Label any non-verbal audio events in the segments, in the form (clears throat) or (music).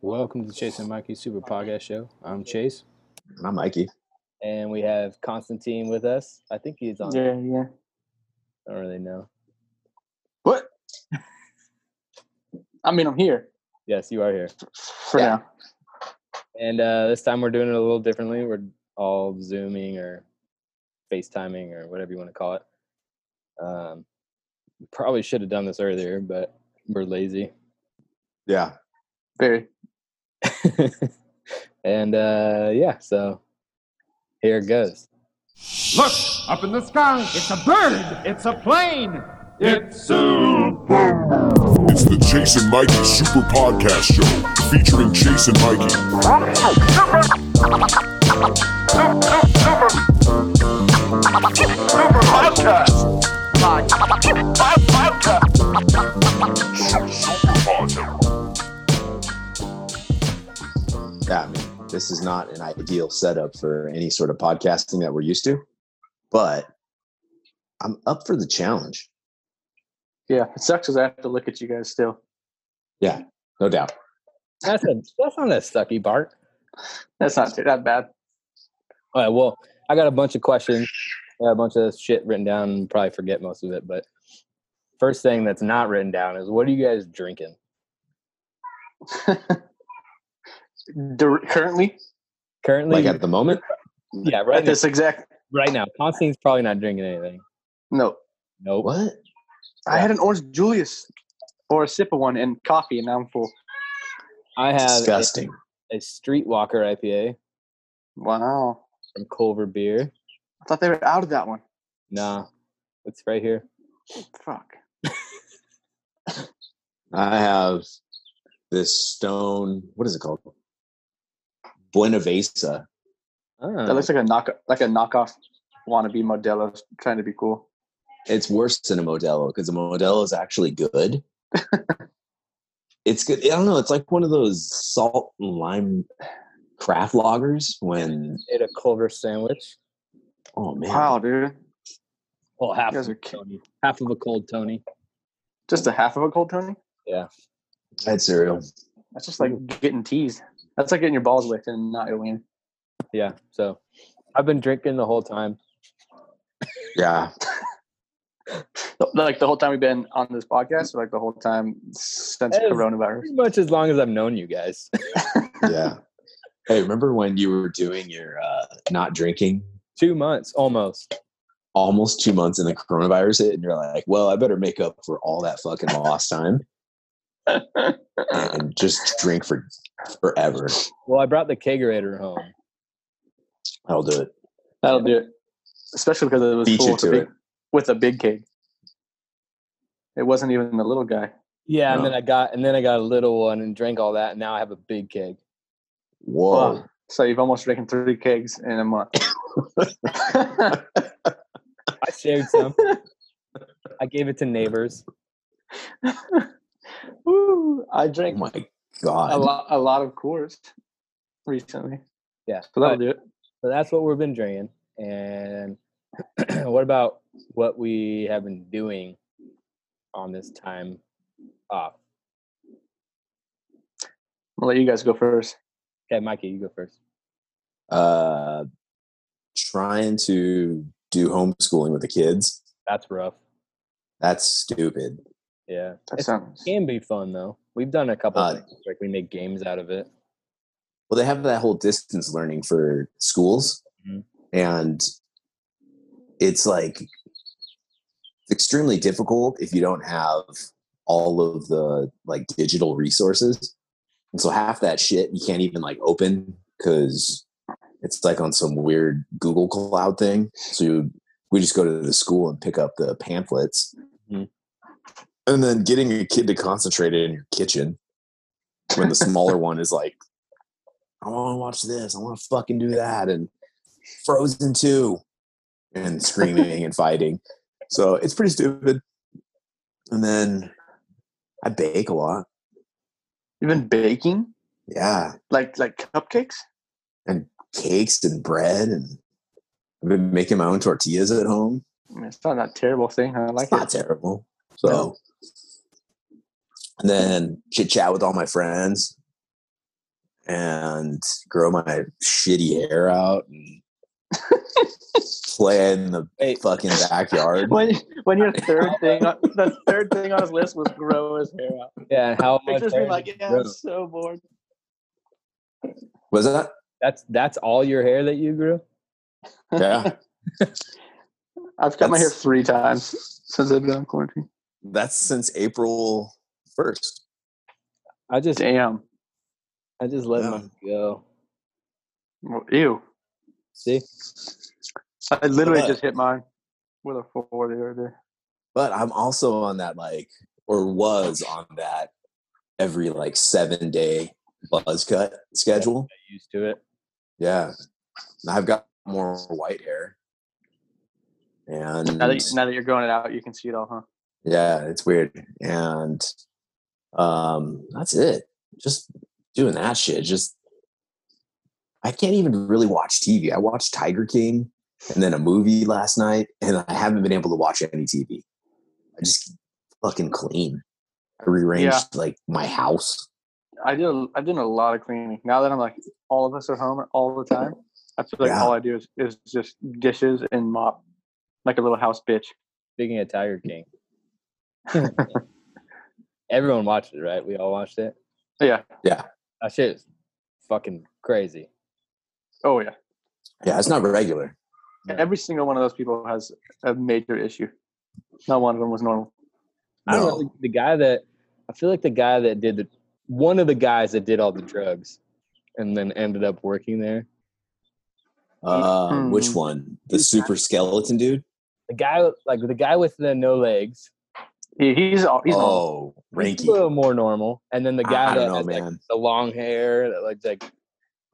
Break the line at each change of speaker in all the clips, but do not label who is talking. Welcome to Chase and Mikey Super Podcast Show. I'm Chase,
And I'm Mikey.
and we have Constantine with us. I think he's on.
Yeah, yeah.
I don't really know.
What?
I mean, I'm here
Yes, you are here.
for
Yeah.
now.
And uh, this time we're doing it a little differently. We're all Zooming or FaceTiming or whatever you want to call it. Um, probably should have done this earlier, but we're lazy. (laughs)
Yeah.
Very.
and uh, yeah, so here it goes.
Look, up in the sky, it's a bird, it's a plane, it's Zoom.
It's the Chase and Mikey Super Podcast Show, featuring Chase and Mikey.
Yeah. I mean, this is not an ideal setup for any sort of podcasting that we're used to, but I'm up for the challenge.
Yeah, it sucks because I have to look at you guys still.
Yeah. No doubt.
That's a that's not a sucky part.
That's not too that bad.
All right. Well, I got a bunch of questions, I got a bunch of shit written down, and probably forget most of it. But first thing that's not written down is what are you guys drinking?
Dur- currently,
Currently,
Like at the moment,
yeah,
at
right, now,
this exact
right now, Constantine's probably not drinking anything.
no,
Nope.
what?
I had an orange Julius or a sip of one and coffee, and now I'm full.
I have a,
Disgusting.
a Streetwalker IPA
Wow,
from Culver Beer.
I thought they were out of that one.
Nah, it's right here.
Fuck.
I have this stone. What is it called? Buena Vesa.
Oh,
That looks like a knock like a knockoff wannabe Modelo trying to be cool.
It's worse than a Modelo because a Modelo is actually good. (laughs) it's good. I don't know. It's like one of those salt and lime craft lagers when,
ate a Culver sandwich.
oh man.
Wow, dude,
Well,
you
half
guys
of
are
a
ki-
Tony, half of a cold Tony.
just a half of a cold Tony.
I had cereal.
That's just like getting teased. That's like getting your balls licked and not your wiener.
Yeah. So I've been drinking the whole time.
Yeah.
like the whole time we've been on this podcast, or like the whole time since
As-
coronavirus.
Pretty much as long as I've known you guys. (laughs)
Yeah. (laughs) hey, remember when you were doing your uh, not drinking
Two months almost.
almost two months and the coronavirus hit and you're like, well, I better make up for all that fucking lost time and just drink for forever.
Well, I brought the kegerator home.
I'll do it.
That'll do it. Especially because it was
Beat
full
you
with, a
to
big,
it.
with a big keg. It wasn't even the little guy.
Yeah, and
No.
then I got and then I got a little one and drank all that, and now I have a big keg.
Whoa.
Wow. So you've almost drinking three kegs in a month.
I shared
(laughs)
some. I gave it to neighbors.
Woo. I
(laughs) Oh
drank
my
a,
God.
lot, a lot of Coors recently.
Yeah,
So that'll
but-
do it.
so that's what we've been drinking. And (clears throat) what about what we have been doing on this time off?
I'll let you guys go first.
Okay, Mikey, you go first.
Uh, trying to do homeschooling with the kids.
That's rough.
That's stupid.
Yeah,
That
It's-
sounds
can be fun though. We've done a couple
Uh,
things like we make games out of it.
Well, they have that whole distance learning for schools,
Mhm.
and it's like extremely difficult if you don't have all of the like digital resources. And so half that shit you can't even like open because it's like on some weird Google Cloud thing. So you, we just go to the school and pick up the pamphlets.
Mhm.
And then getting a kid to concentrate in your kitchen when the smaller one is like I want to watch this. I want to fucking do that. And Frozen 2 and screaming and fighting. So it's pretty stupid. And then I bake a lot.
You've been baking?
Yeah.
Like like cupcakes?
Cakes and bread. And I've been making my own tortillas at home.
I mean, it's not a terrible thing. I like
It's not
it.
terrible. So and then chit chat with all my friends. and grow my shitty hair out
(laughs)
and play in the
Hey.
fucking backyard.
(laughs) When, when your third thing, on, the third thing on his list was grow his hair out.
Yeah, and how much
Pictures me
hair
like,
did you
yeah,
grow?
I'm so bored.
Was that?
that's that's all your hair that you grew.
Yeah.
(laughs) I've cut my (laughs) hair
That's-
three times since I've been on quarantine.
That's since April 1st.
I just
Damn.
I just let
Yeah.
mine
(laughs)
go.
Ew.
See,
I literally
What?
just hit mine with a four the other day.
But I'm also on that, like, or was on that every like seven day buzz cut schedule.
Get used to it.
Yeah. And I've got more white hair. And
Now that, now that you're growing it out, you can see it all, huh?
yeah it's weird and um that's it just doing that shit just i can't even really watch tv i watched tiger king and then a movie last night and i haven't been able to watch any tv i just fucking clean i rearranged
Yeah.
like my house
I did. a- I've done a lot of cleaning. Now that I'm like all of us are home all the time, I feel like
Yeah.
all I do is, is just dishes and mop, like a little house bitch.
Speaking of Tiger King, (laughs) everyone watched it, right? We all watched it.
Yeah.
That shit is fucking crazy.
Oh yeah.
yeah it's not regular
Every single one of those people has a major issue. Not one of them was normal.
I don't know
No.
the guy that I feel like the guy that did the one of the guys that did all the drugs and then ended up working there.
uh which
Mhm.
one the super skeleton dude
The guy like the guy with the no legs.
He, he's all. He's normal.
oh
he's
ranky
A little more normal. And then the
I-
guy that
I don't know,
has, like,
man.
the long hair that looks like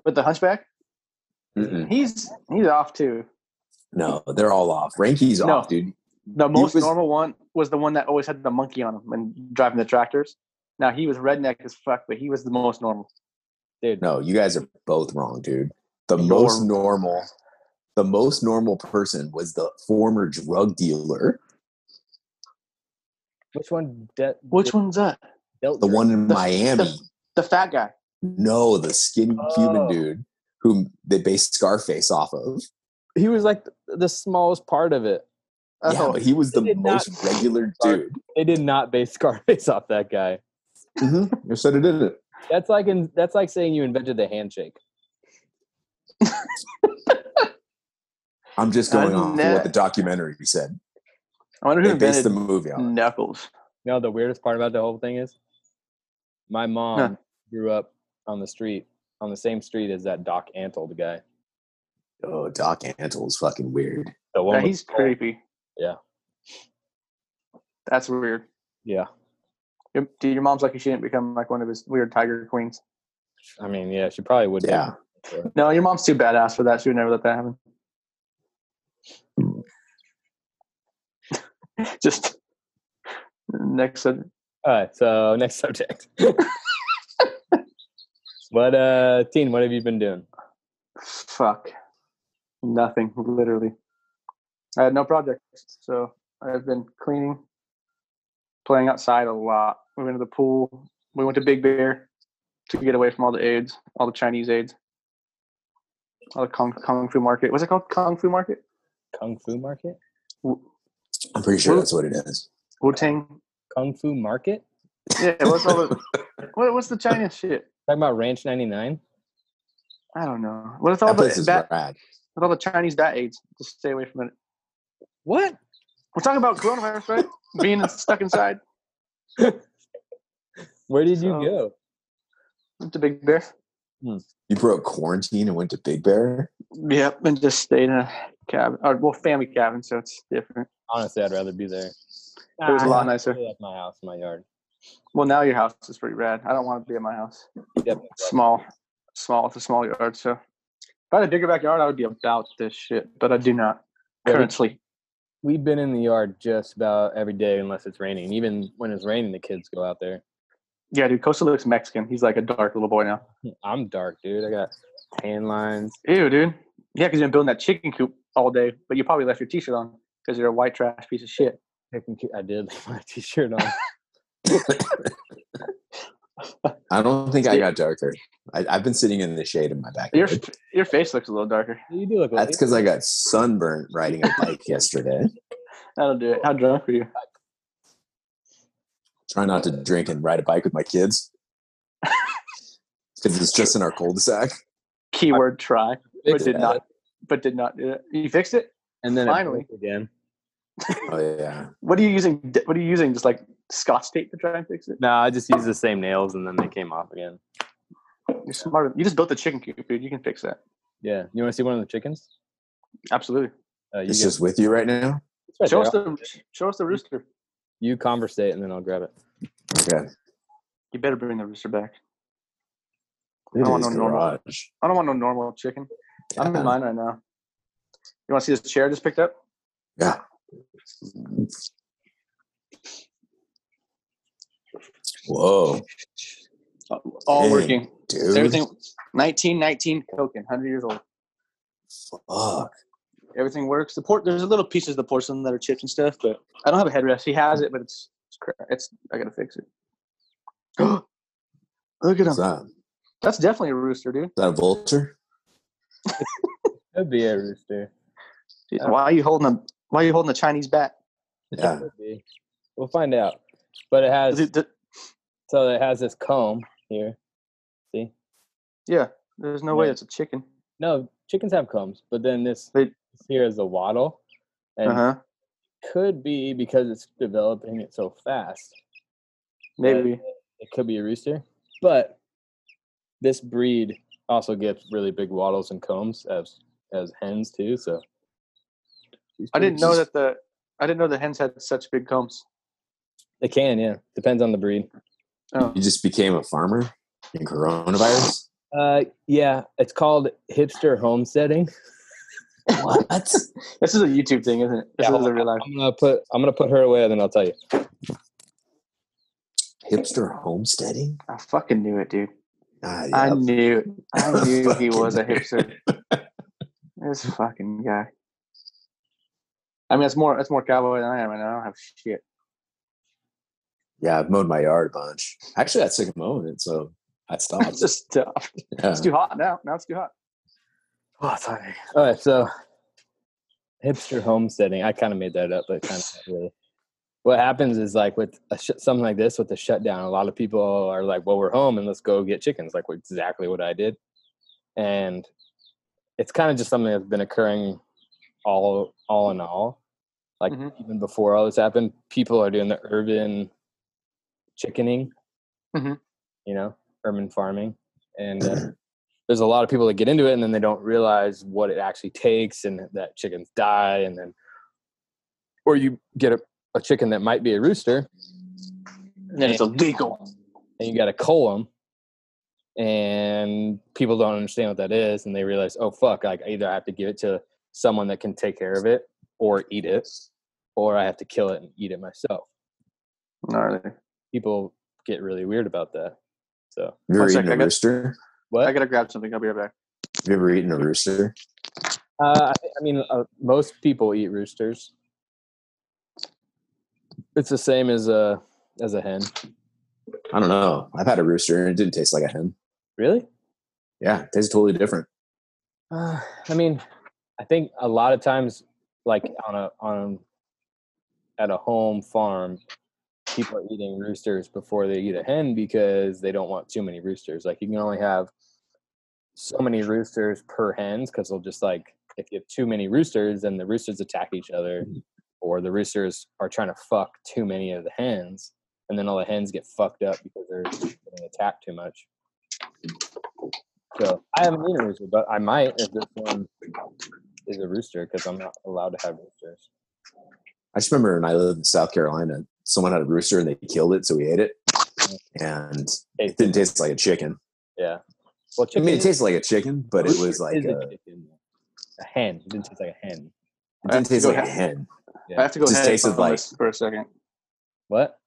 But the hunchback,
Mm-mm.
he's he's off too.
no they're all off ranky's
No.
off dude
The most
was-
normal one was the one that always had the monkey on him and driving the tractors. Now he was redneck as fuck, but he was the most normal.
dude.
No, you guys are both wrong, dude. The
You're-
most normal, the most normal person was the former drug dealer,
Which one? De-
Which one's that?
dealt
the
drugs?
one in
The-
Miami.
The fat guy.
no, the skinny
Oh.
Cuban dude who they based Scarface off of.
He was like th- the smallest part of it.
yeah,
Oh,
but he was the
did not-
most regular dude.
They did not base (laughs) Scarface off that guy.
Mm-hmm. You said it didn't.
That's like in, that's like saying you invented the handshake.
I'm just going
Uh,
off
no.
what the documentary said.
I wonder who
They based
invented
the movie
Mm.
on.
Knuckles.
You know the weirdest part about the whole thing is, my mom
Huh.
grew up on the street, on the same street as that Doc Antle guy.
Oh, Doc Antle is fucking weird.
The one
Yeah,
with-
he's creepy.
Yeah.
That's weird.
yeah.
Your, dude, your mom's lucky she didn't become like one of his weird tiger queens.
I mean, yeah, she probably would.
Yeah.
No, your mom's too badass for that. She would never let that happen. (laughs) Just next sub-
All right. So next (laughs) subject. what uh, teen? What have you been doing?
fuck. Nothing, literally. I had no projects, so I've been cleaning, playing outside a lot. We went to the pool. We went to Big Bear to get away from all the AIDS, all the Chinese AIDS, all the Kung, Kung Fu Market. What's it called? Kung Fu Market?
Kung Fu Market.
Wu
I'm pretty sure
Well-
that's what it is.
Tang.
Kung Fu Market.
Yeah, what's all
(laughs)
the what, what's the China shit?
Talking about Ranch ninety nine.
I don't know. What is all
That place
the
is
bat,
rad.
with all the Chinese bat AIDS? Just stay away from it.
What?
We're talking about coronavirus, right? Being stuck inside.
Where did
So-
you go?
It's a big bear.
You broke quarantine and went to Big Bear.
Yep, and just stayed in a cabin. Or, well, family cabin, so it's different.
Honestly, I'd rather be there.
It was a lot
Ah, I
nicer.
really like my house, my yard.
Well, now your house is pretty rad. I don't want to be at my house.
Definitely.
Small, small. It's a small yard, so if I had a bigger backyard, I would be about this shit. But I do not
Yeah, we-
currently.
We've been in the yard just about every day, unless it's raining. And even when it's raining, the kids go out there.
Yeah, dude, Costa looks Mexican. He's like a dark little boy now.
I'm dark, dude. I got tan lines. (laughs)
Ew, dude. Yeah, because you've been building that chicken coop all day, but you probably left your T-shirt on because you're a white trash piece of shit.
(laughs) I can- I did leave my t-shirt on.
I don't think I got darker. I, I've been sitting in the shade in my
Your
backyard.
your face looks a little darker.
You do look. a
That's
little-
because I got sunburned riding a bike yesterday.
That'll do it. How drunk were you?
Try not to drink and ride a bike with my kids because it's just in our cul-de-sac.
Keyword try, but
fixed
did
that.
not, but did not do it. You fixed it.
And then it
Finally.
broke again.
Oh yeah,
What are you using? What are you using? Just like Scotch tape to try and fix it.
No, I just used the same nails, and then they came off again.
You're smarter. You just built a chicken coop, dude. You can fix that.
Yeah, you want to see one of the chickens?
Absolutely.
Uh, you
it's
get-
just with you right now.
it's right
Show
there.
us the show us the rooster.
you conversate, and then I'll grab it.
Okay,
You better bring the rooster back.
it
want
is
no normal.
garage.
I don't want no normal chicken. I'm in
Yeah.
mine right now. You want to see this chair I just picked up?
Yeah. Whoa,
All
Dang,
working.
dude!
Everything. 1919 Koken, 100 years old.
Fuck.
Everything works. The port. There's little pieces of the porcelain that are chipped and stuff, but I don't have a headrest. He has it, but it's it's. cra- it's I gotta fix it. (gasps) Look at him.
What's that? Is
That's definitely a rooster, dude.
that a vulture?
Could be a rooster.
Dude, Why are you holding a Why are you holding a Chinese bat?
(laughs) Yeah.
Could be. We'll find out. But it has
Is it- th-
so it has this comb here. See?
yeah, there's no way
Yeah.
it's a chicken.
No, chickens have combs, but then this,
They-
this here is a wattle, and
Uh huh.
could be because it's developing it so fast.
Maybe.
It could be a rooster, but this breed also gets really big wattles and combs as as hens too. So she's
I
pretty-
didn't know that the I didn't know the hens had such big combs.
They can, yeah. Depends on the breed.
Oh,
You just became a farmer in
(laughs)
coronavirus.
Uh, yeah, it's called hipster homesteading.
What?
this is a YouTube thing, isn't it? This
Yeah,
is
hold
a
on.
real life.
I'm gonna put I'm gonna put her away, and then I'll tell you.
Hipster homesteading?
I fucking knew it, dude.
Ah,
I
yeah.
knew it. I knew he
Fucking
was a hipster. this fucking guy. I mean, that's more that's more cowboy than I am, and I don't have shit.
Yeah, I've mowed my yard a bunch. Actually, I got sick of mowing it, so I
(laughs)
stopped.
Just tough.
Yeah.
It's too hot now. Now it's too hot.
Oh, sorry. All right, so hipster homesteading. I kind of made that up, but kind of really. What happens is like with a sh- something like this, with the shutdown, a lot of people are like, "Well, we're home and let's go get chickens," like exactly what I did, and it's kind of just something that's been occurring all all in all. Like
Mhm.
even before all this happened, people are doing the urban chickening,
Mhm.
you know, urban farming, and uh, there's a lot of people that get into it and then they don't realize what it actually takes and that chickens die and then or you get a, a chicken that might be a rooster
And then it's illegal.
and you got to cull them and people don't understand what that is and they realize oh fuck like either i have to give it to someone that can take care of it or eat it or i have to kill it and eat it myself
Gnarly.
people get really weird about that so
Have you
One
ever
sec,
eaten
I
a
got-
rooster?
what
I gotta grab something. I'll be right back.
Have you ever eaten a rooster?
Uh, I thi- I mean, uh, most people eat roosters. It's the same as a as a hen.
I don't know. I've had a rooster and it didn't taste like a hen.
Really?
Yeah, it tastes totally different.
Uh, I mean, I think a lot of times, like on a on at a home farm, people are eating roosters before they eat a hen because they don't want too many roosters. Like you can only have so many roosters per hens because they'll just like if you have too many roosters, then the roosters attack each other, or the roosters are trying to fuck too many of the hens, and then all the hens get fucked up because they're getting attacked too much. So I haven't eaten a rooster, but I might if this one is a rooster because I'm not allowed to have roosters.
I just remember when I lived in South Carolina, someone had a rooster and they killed it, so we ate it. And it didn't taste like a chicken.
Yeah. Well,
I mean, it tasted like a chicken, but it
rooster
was like
is
a,
a, chicken. A hen. It didn't taste like a hen.
it didn't taste
Go
like a
ahead.
hen.
I have to go
Just tasted
headphoneless
like-
for a second.
What?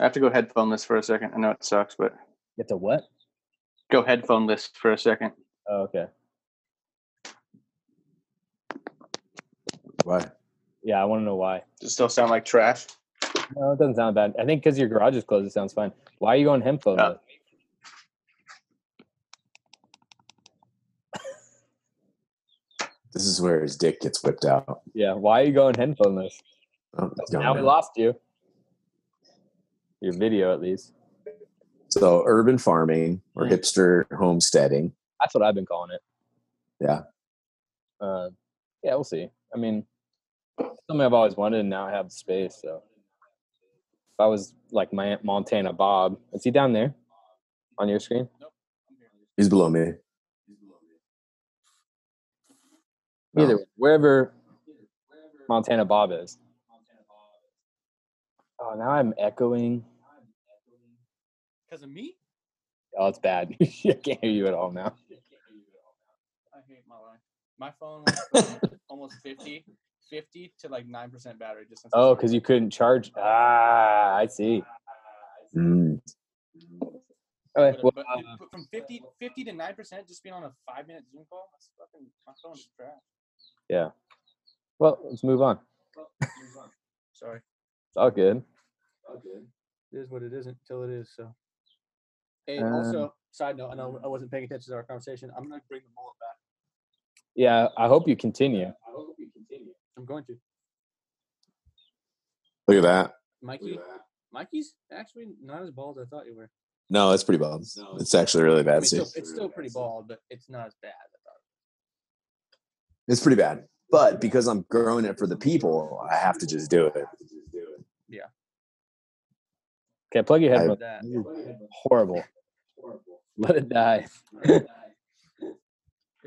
I have to go headphoneless for a second. I know it sucks, but
It's a what?
go headphoneless for a second.
Oh, okay.
What?
Yeah, I want to know why.
Does it still sound like trash?
No, it doesn't sound bad. I think because your garage is closed, it sounds fine. Why are you going hemp phone?
Uh,
This is where his dick gets whipped out.
Yeah, why are you going headphoneless?
Oh, it's gone
Now we
now.
lost you. Your video, at least.
So urban farming or
Mm.
hipster homesteading.
That's what I've been calling it.
Yeah.
Uh, yeah, we'll see. I mean, something I've always wanted, and now I have the space. So if I was like my Aunt Montana Bob, is he down there on your screen?
He's below me. No.
Either way, wherever Montana Bob is. Oh, now I'm echoing.
Because of me?
Oh, it's bad. (laughs) I can't hear you at all now.
I hate my life. My phone went from almost 50, 50 to like 9% battery just since I
Oh,
started.
because you couldn't charge. Ah, I see.
Mm.
Okay, well,
But- but,
uh,
but from 50, 50 to 9% just being on a five minute Zoom call, that's fucking, my phone is crap.
well, let's move on.
Sorry.
It's all good.
It is what it isn't till it is. So, hey,
Um,
also, side note, I know I wasn't paying attention to our conversation. I'm going to bring the mullet back.
Yeah, I hope you continue.
I'm going to.
Look at that.
Mikey, Mikey's actually not as bald as I thought you were.
No, that's pretty bald. It's actually really
I
bad.
mean,
Steve.
still, it's still pretty bald, but it's not as bad. as I thought.
It's pretty bad. But because I'm growing it for the people, I have to just do it.
Okay, plug your
I-
headphones.
That.
Horrible. Let it die.
If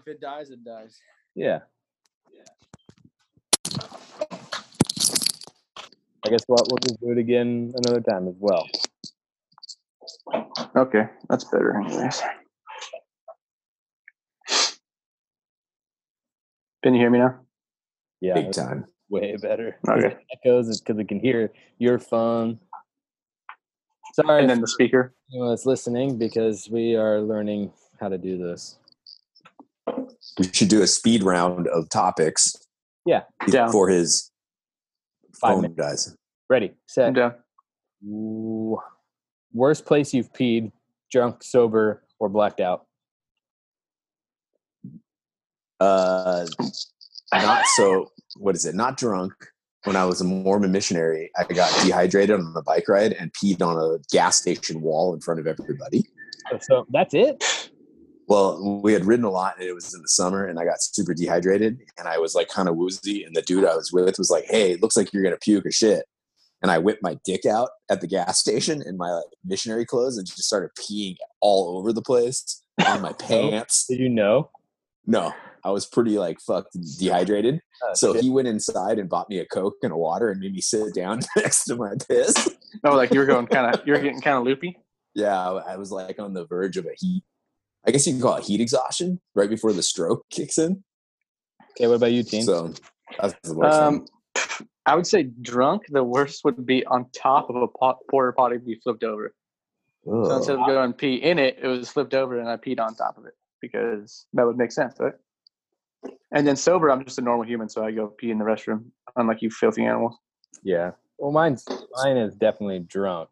it dies, it dies.
Yeah. I guess what we'll just do it again another time as well.
Okay, that's better, anyways. Can you hear me now?
Yeah,
Big
it's
time.
way better.
Okay.
It echoes is because it can hear your phone. Sorry,
And then the speaker.
anyone that's listening, because we are learning how to do this.
We should do a speed round of topics.
Yeah.
Yeah.
For his
Five
phone,
minutes.
guys.
Ready,
I'm
set.
down.
Ooh. Worst place you've peed, drunk, sober, or blacked out.
Uh, not so. What is it? Not drunk. When I was a Mormon missionary, I got dehydrated on the bike ride and peed on a gas station wall in front of everybody.
So that's it.
Well, we had ridden a lot and it was in the summer and I got super dehydrated and I was like kind of woozy and the dude I was with was like, "Hey, it looks like you're going to puke or shit." And I whipped my dick out at the gas (laughs) station in my like, missionary clothes and just started peeing all over the place on my pants.
Did you know?
No, I was pretty like fucked dehydrated.
Uh,
So
shit.
he went inside and bought me a Coke and a water and made me sit down (laughs) next to my piss.
Oh, like you were going kind of, you were getting kind
(laughs)
of loopy.
Yeah, I I was like on the verge of a heat. I guess you can call it heat exhaustion right before the stroke kicks in.
okay, what about you, team?
So that's the worst
Um,
one.
I would say drunk. The worst would be on top of a pot, porter potty be flipped over. So
Ugh.
instead
Oh.
of going pee in it, it was flipped over and I peed on top of it because that would make sense, right? And then sober, I'm just a normal human, so I go pee in the restroom, unlike you filthy animals.
yeah. Well, mine's mine is definitely drunk.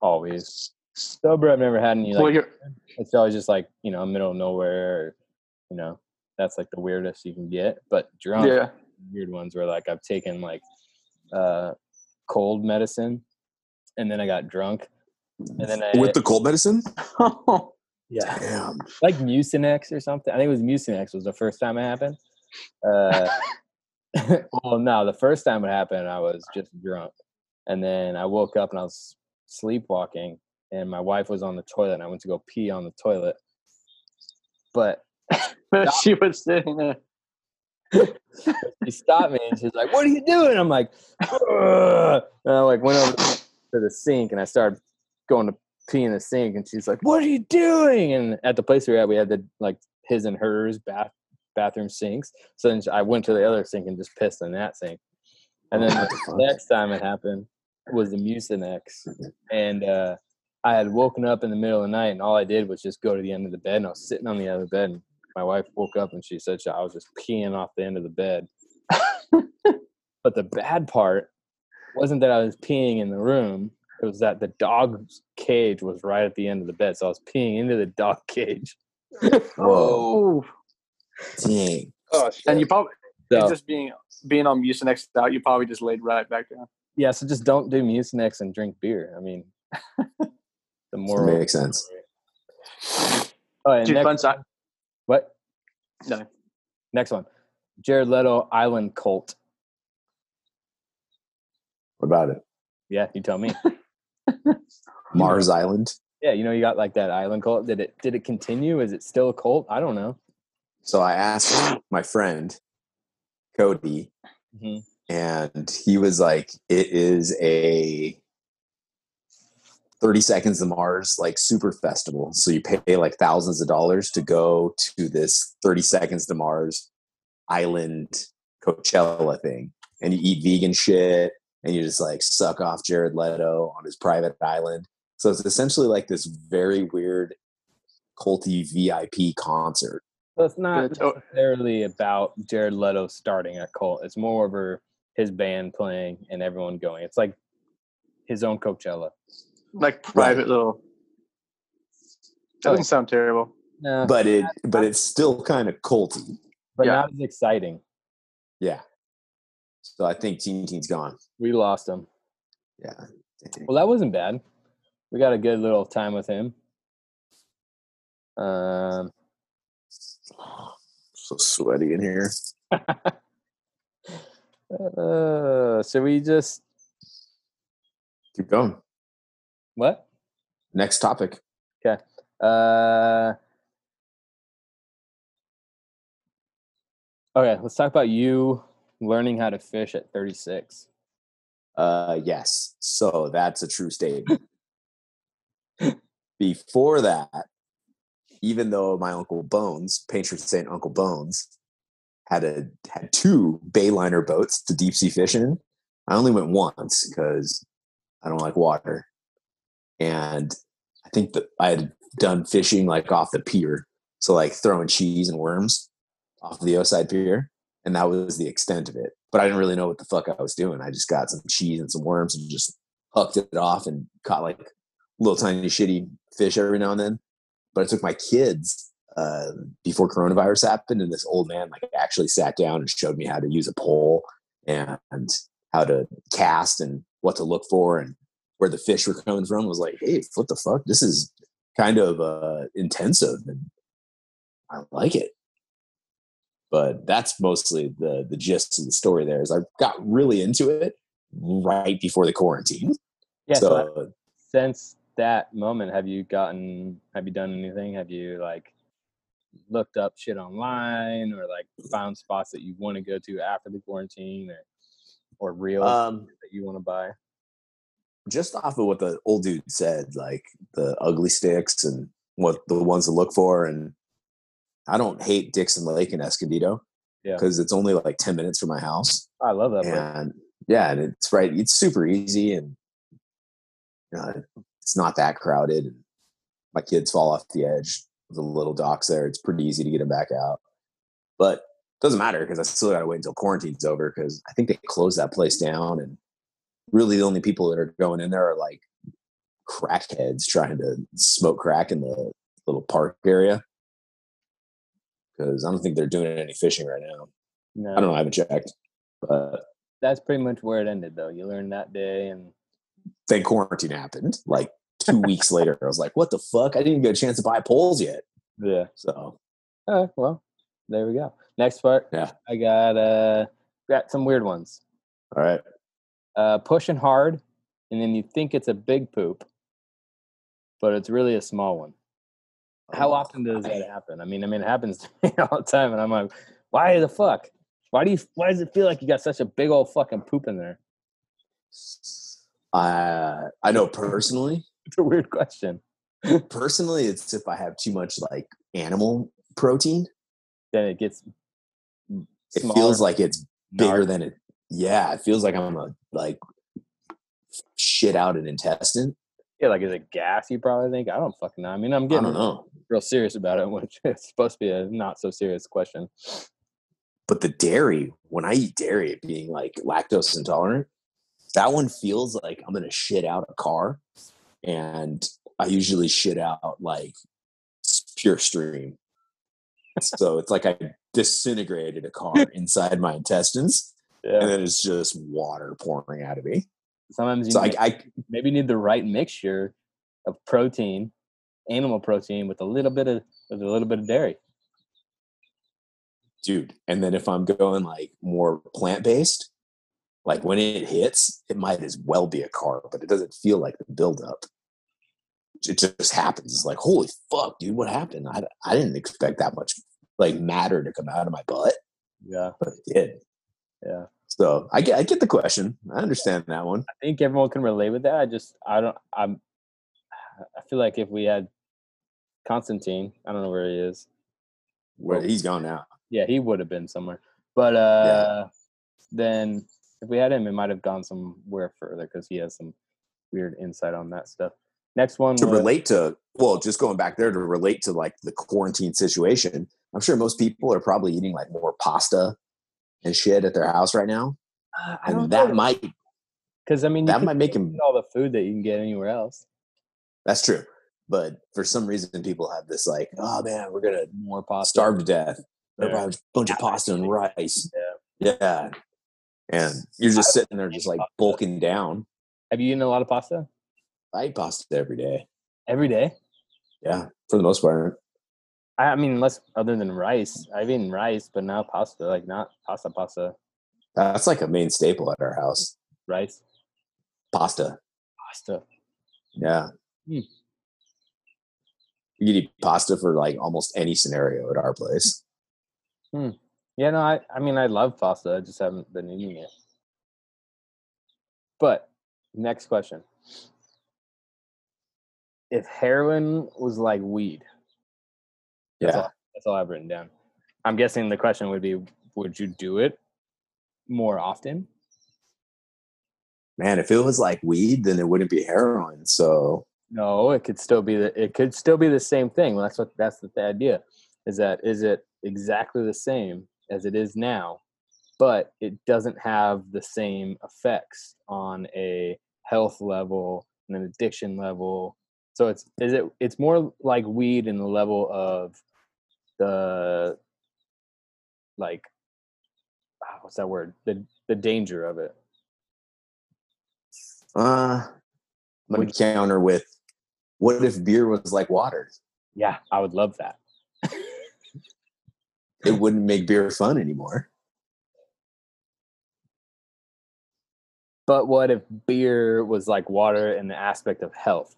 Always sober. I've never had any. Like
well, you're
it's always just like you know, middle of nowhere. Or, you know, that's like the weirdest you can get. But drunk,
yeah,
weird ones where like I've taken like uh cold medicine, and then I got drunk, and then I
with the cold medicine.
yeah.
Damn.
like Mucinex or something. I think it was Mucinex was the first time it happened. Uh, (laughs) well, no, the first time it happened, I was just drunk, and then I woke up and I was sleepwalking, and my wife was on the toilet, and I went to go pee on the toilet, but
(laughs) but she was sitting there.
she stopped me and she's like, "What are you doing?" I'm like, "Ugh." and I like went over to the sink and I started going to pee in the sink, and she's like, "What are you doing?" And at the place we were at, we had the like his and hers bath bathroom sinks. So then I went to the other sink and just pissed in that sink. And then
What
the
the fuck?
next time it happened was the Mucinex, and uh, I had woken up in the middle of the night, and all I did was just go to the end of the bed, and I was sitting on the other bed. And my wife woke up and she said she- I was just peeing off the end of the bed. but the bad part wasn't that I was peeing in the room. It was that the dog's cage was right at the end of the bed, (laughs) so I was peeing into the dog cage.
Whoa.
Oh,
Oh, Dang.
Oh, and you probably
So
just being being on Mucinex out, you probably just laid right back down.
yeah, so just don't do Mucinex and drink beer. I mean, (laughs) the moral.
Makes sense.
Oh, and
Dude,
next-
fun side.
what?
No.
Next one, Jared Leto Island Cult.
What about it?
Yeah, you tell me.
Mars Island.
yeah, you know you got like that island cult. Did it did it continue? Is it still a cult? I don't know.
So I asked my friend Cody,
Mhm.
and he was like, "It is a thirty seconds to Mars like super festival. So you pay like thousands of dollars to go to this thirty seconds to Mars island Coachella thing, and you eat vegan shit, and you just like suck off Jared Leto on his private island. So it's essentially like this very weird culty VIP concert."
So it's not
It's- oh.
necessarily about Jared Leto starting a cult. It's more over his band playing and everyone going. It's like his own Coachella.
Like private little. That
Oh.
doesn't sound terrible.
No,
but it but it's still kind of culty.
but
yeah.
not as exciting.
So I think Teen Teen's gone.
We lost him.
Yeah.
Well, that wasn't bad. We got a good little time with him. Um,
So sweaty in here.
uh, so we just
Keep going.
what?
Next topic.
Uh, okay, let's talk about you learning how to fish at 36.
Uh yes. So that's a true statement. Before that, even though my uncle Bones, patron saint Uncle Bones, had a had two Bayliner boats to deep sea fishing, I only went once because I don't like water. And I think that I had done fishing like off the pier. So like throwing cheese and worms off the Oside Pier. And that was the extent of it. But I didn't really know what the fuck I was doing. I just got some cheese and some worms and just hooked it off and caught like little tiny shitty fish every now and then. But I took my kids uh, before coronavirus happened, and this old man like actually sat down and showed me how to use a pole and how to cast and what to look for and where the fish were coming from. I was like, hey, what the fuck? This is kind of uh, intensive, and I like it. But that's mostly the the gist of the story. There is I got really into it right before the quarantine.
Yeah. So,
so
since that moment, have you gotten? Have you done anything? Have you like looked up shit online or like found spots that you want to go to after the quarantine or or reels
um,
that you want to buy?
just off of what the old dude said, like the ugly sticks and what the ones to look for, and I don't hate Dixon Lake in Escondido
Yeah.
because it's only like ten minutes from my house,
I love that. place.
and yeah, and it's right, it's super easy, and you know, it's not that crowded. And my kids fall off the edge of the little docks there; it's pretty easy to get them back out, but doesn't matter because I still got to wait until quarantine's over because I think they closed that place down and really the only people that are going in there are like crackheads trying to smoke crack in the little park area because I don't think they're doing any fishing right now.
No.
I don't know. I haven't checked, but
That's pretty much where it ended, though. You learned that day, and
then quarantine happened. Like two weeks later, I was like, "What the fuck? I didn't even get a chance to buy poles yet."
yeah.
So
All right, "Oh, well, there we go. Next part.
Yeah.
I got uh got some weird ones.
all right,
Uh pushing hard and then you think it's a big poop, but it's really a small one. How
Oh,
often does that happen? I mean, I mean it happens (laughs) to me all the time and I'm like, why the fuck? Why do you why does it feel like you got such a big old fucking poop in there? (laughs)
uh, I know personally. (laughs)
It's a weird question.
Personally, it's if I have too much like animal protein.
Then it gets
It
smaller,
feels like it's bigger
gnarly.
than it. Yeah, it feels like I'm a like shit out an intestine.
yeah, like is it gas you probably think? I don't fucking know. I mean I'm
I
getting
don't know.
real serious about it, (laughs) which is supposed to be a not so serious question.
But the dairy, when I eat dairy, it being like lactose intolerant, that one feels like I'm gonna shit out a car, and I usually shit out like s- pure stream. so it's like I disintegrated a car inside my intestines, and
Yeah.
then it's just water pouring out of me.
Sometimes you
So I,
may-
I
maybe need the right mixture of protein, animal protein, with a little bit of with a little bit of dairy.
dude. And then if I'm going like more plant based, like when it hits, it might as well be a carb, but it doesn't feel like the buildup. It just happens. It's like, holy fuck, dude, what happened? I, I didn't expect that much like matter to come out of my butt,
Yeah,
but it did.
yeah.
So I get, I get the question. I understand that one.
I think everyone can relate with that. I just I don't I'm I feel like if we had Constantine, I don't know where he is.
Where
Well,
he's gone now.
yeah, he would have been somewhere. But uh then if we had him, it might have gone somewhere further because he has some weird insight on that stuff. Next one
to
was-
relate to well just going back there to relate to like the quarantine situation i'm sure most people are probably eating like more pasta and shit at their house right now
Uh, I don't
and that
know.
might
Because I mean, you
that
can
might make
still
him-
eat all the food that you can get anywhere else.
that's true but for some reason people have this like oh man we're gonna
More pasta.
starve to death
Yeah.
They're probably a bunch of pasta and rice yeah and you're just sitting there just like bulking down
Have you eaten a lot of pasta
i eat pasta every day
every day?
yeah for the most part
I, I mean, unless other than rice, I've eaten rice, but now pasta, like not pasta, pasta,
that's like a main staple at our house
rice,
pasta
pasta.
Yeah.
Hmm.
You could eat pasta for like almost any scenario at our place.
Yeah, no, I, I mean, I love pasta. I just haven't been eating it. But next question: If heroin was like weed,
Yeah.
That's all, that's all I've written down. I'm guessing the question would be would you do it more often?
Man, if it was like weed, then it wouldn't be heroin. So
No, it could still be the it could still be the same thing. Well, that's what that's the, the idea is that is it exactly the same as it is now, but it doesn't have the same effects on a health level and an addiction level. So it's is it it's more like weed in the level of the like ah, what's that word the the danger of it.
uh I'm gonna
Would-
counter with what if beer was like water?
Yeah, I would love that. (laughs)
It wouldn't make beer fun anymore.
But what if beer was like water in the aspect of health?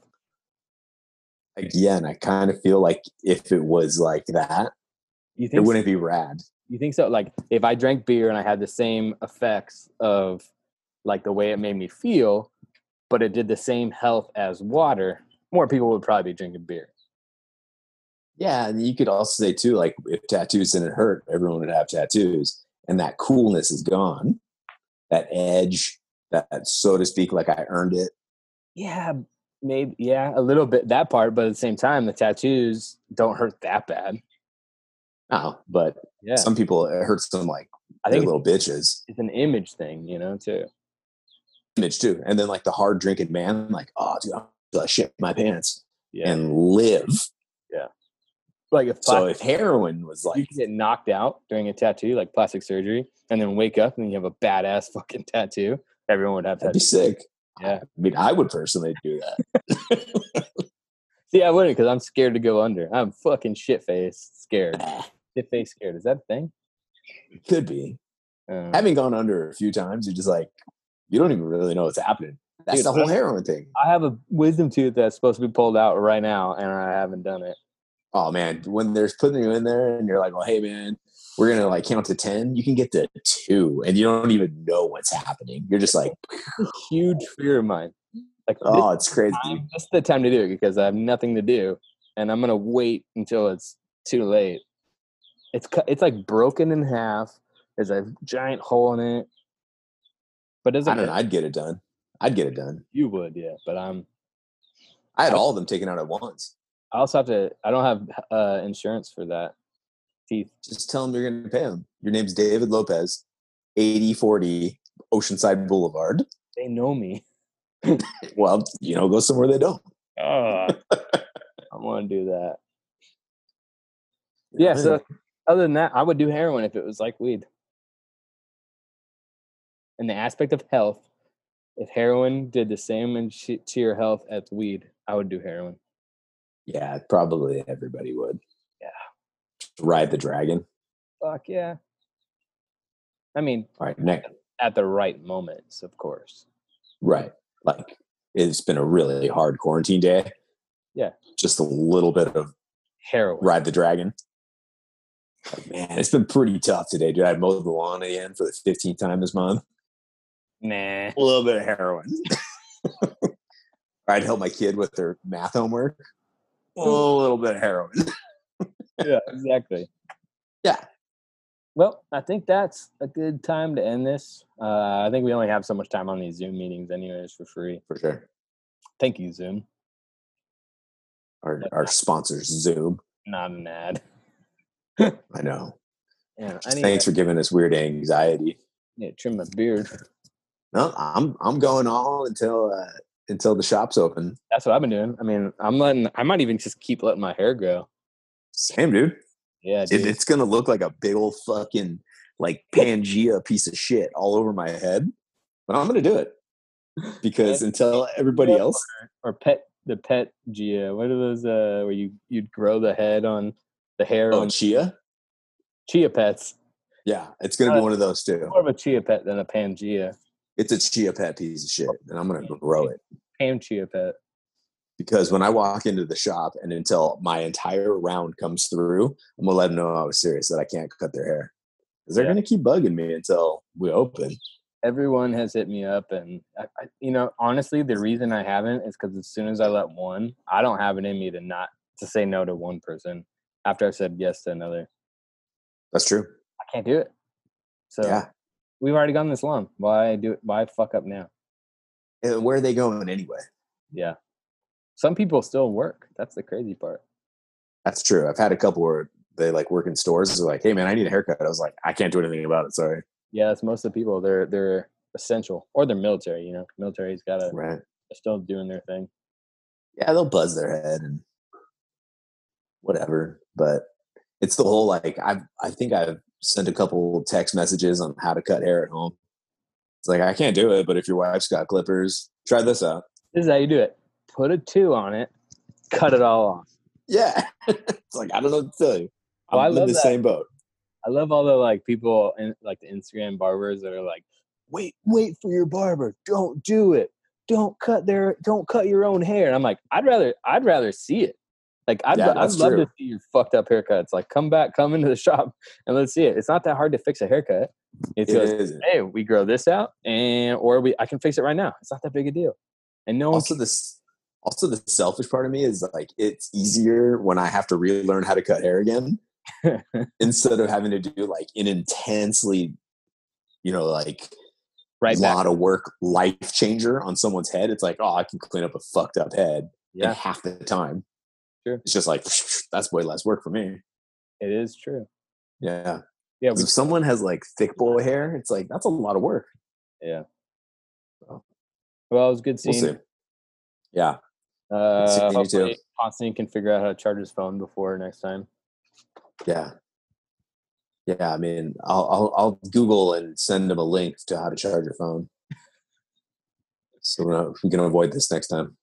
Again, I kind of feel like if it was like that,
You
it
think so?
wouldn't be rad.
you think so? Like if I drank beer and I had the same effects of like the way it made me feel, but it did the same health as water, more people would probably be drinking beer.
Yeah, and you could also say too, like if tattoos didn't hurt, everyone would have tattoos, and that coolness is gone. That edge, that, that so to speak, like I earned it.
Yeah, maybe yeah, a little bit that part, but at the same time the tattoos don't hurt that bad.
Oh, but
Yeah.
some people it hurts them like
I
they're
think
little bitches.
it's an image thing, you know, too.
Image too, and then like the hard drinking man, like oh dude, I'm gonna shit my pants
Yeah.
and live.
like if
So
plastic,
if heroin was
you
like,
can get knocked out during a tattoo, like plastic surgery, and then wake up and you have a badass (laughs) fucking tattoo. Everyone would have
that'd be
tattoos.
sick.
Yeah.
I mean, I would personally do that.
See, I wouldn't because I'm scared to go under. I'm fucking shit faced scared.
Eh.
Shit faced scared. Is that a thing?
It could be
Um,
having gone under a few times. You're just like, you don't even really know what's happening. That's
Dude,
the whole
I-
heroin thing.
I have a wisdom tooth that's supposed to be pulled out right now, and I haven't done it.
oh man, when there's putting you in there and you're like, well, hey man, we're gonna like count to ten, you can get to two and you don't even know what's happening. You're just like,
Huge fear of mine. Like
oh, it's crazy.
this, time, this is the time to do it because I have nothing to do, and I'm gonna wait until it's too late. It's cu- it's like broken in half. There's a giant hole in it, but it doesn't
I don't know.
hurt.
I'd get it done. I'd get it done.
You would, yeah. But I'm.
I had all of them taken out at once.
I also have to. I don't have uh, insurance for that teeth.
Just tell them you're gonna pay them. Your name's David Lopez, eighty forty Oceanside Boulevard.
They know me. (laughs)
Well, you know, go somewhere they don't.
Oh, I want to do that. Yeah. So other than that, I would do heroin if it was like weed. In the aspect of health, if heroin did the same and sh- to your health as weed, I would do heroin.
Yeah, probably everybody would.
Yeah.
Ride the dragon.
Fuck yeah. I mean,
All right, next.
at the right moments, of course.
Right. Like it's been a really hard quarantine day.
Yeah.
Just a little bit of
Heroin.
ride the dragon. Like, man, it's been pretty tough today, dude. I mowed the lawn again for the 15th time this month.
Nah.
A little bit of heroin. (laughs) I'd help my kid with their math homework. A little bit of heroin.
(laughs) yeah, exactly.
Yeah.
Well, I think that's a good time to end this. Uh, I think we only have so much time on these Zoom meetings, anyways, for free.
For sure.
Thank you, Zoom.
Our our sponsors Zoom.
Not an ad.
I know.
Yeah, I need,
Thanks for giving us weird anxiety.
to, need to trim my beard.
No, I'm I'm going all until uh, until the shops open.
That's what I've been doing. I mean, I'm letting. I might even just keep letting my hair grow.
Same, dude.
Yeah,
It,
dude.
it's gonna look like a big old fucking like Pangea piece of shit all over my head, but I'm gonna do it because until everybody
Yeah.
else,
or pet the pet Gia. What are those? Uh, where you you'd grow the head on the hair
oh
on
chia,
chia pets.
yeah, it's gonna be one of those too.
More of a chia pet than a Pangea.
It's a chia pet piece of shit, and I'm gonna grow it
Pam chia pet.
because when I walk into the shop and until my entire round comes through, I'm gonna let them know I was serious that I can't cut their hair because they're
Yeah.
gonna keep bugging me until we open.
everyone has hit me up and I, I, you know honestly the reason i haven't is because as soon as i let one i don't have it in me to not to say no to one person after i've said yes to another
That's true.
i can't do it so
yeah.
we've already gone this long why do it why fuck up now
And where are they going anyway?
yeah some people still work that's the crazy part
That's true. I've had a couple where they like work in stores. They're like, hey man, I need a haircut. I was like, I can't do anything about it. Sorry.
yeah it's most of the people they're they're essential or they're military you know military's got to
Right.
still doing their thing
Yeah, they'll buzz their head and whatever. But it's the whole like I've I think I've sent a couple text messages on how to cut hair at home. It's like I can't do it, but if your wife's got clippers, try this out.
this is how you do it put a two on it cut it all off
Yeah. (laughs) it's like I don't know what to tell you.
Oh,
I'm
I
in
love
the
that.
same boat.
I love all the like people in like the Instagram barbers that are like, wait, wait for your barber. Don't do it. Don't cut their don't cut your own hair. And I'm like, I'd rather I'd rather see it. Like I'd,
Yeah,
lo- I'd
that's
love
true.
to see your fucked up haircuts. Like come back, come into the (laughs) shop and let's see it. It's not that hard to fix a haircut. It's
It
just,
is.
hey, we grow this out and or we I can fix it right now. It's not that big a deal. And no one
also this also the selfish part of me is like it's easier when i have to relearn how to cut hair again instead of having to do like an intensely you know like
(laughs) right back.
lot of work life changer on someone's head it's like oh i can clean up a fucked up head in
Yeah,
half the time
Sure.
it's just like (sniffs) that's way less work for me
it is true.
yeah
Yeah, we,
if someone has like thick boy hair it's like that's a lot of work
yeah. Well, it was good
we'll
seeing.
see yeah see
Uh,
you too.
hopefully, Constantine can figure out how to charge his phone before next time.
Yeah. Yeah, I mean, I'll, I'll I'll Google and send them a link to how to charge your phone, so we're not- we can avoid this next time.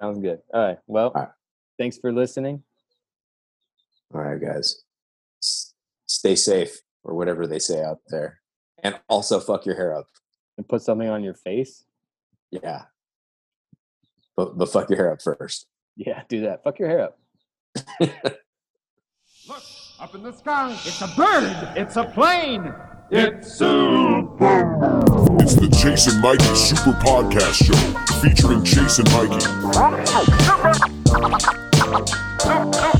Sounds good. All right. Well,
All right.
thanks for listening.
All right, guys, S- stay safe or whatever they say out there, and also fuck your hair up.
And put something on your face. (laughs)
Yeah, but but fuck your hair up first.
Yeah, do that. Fuck your hair up.
Look, up in the sky, it's a bird, it's a plane, it's super.
It's the Jason Mikey Super Podcast Show featuring Jason Mikey.
Super.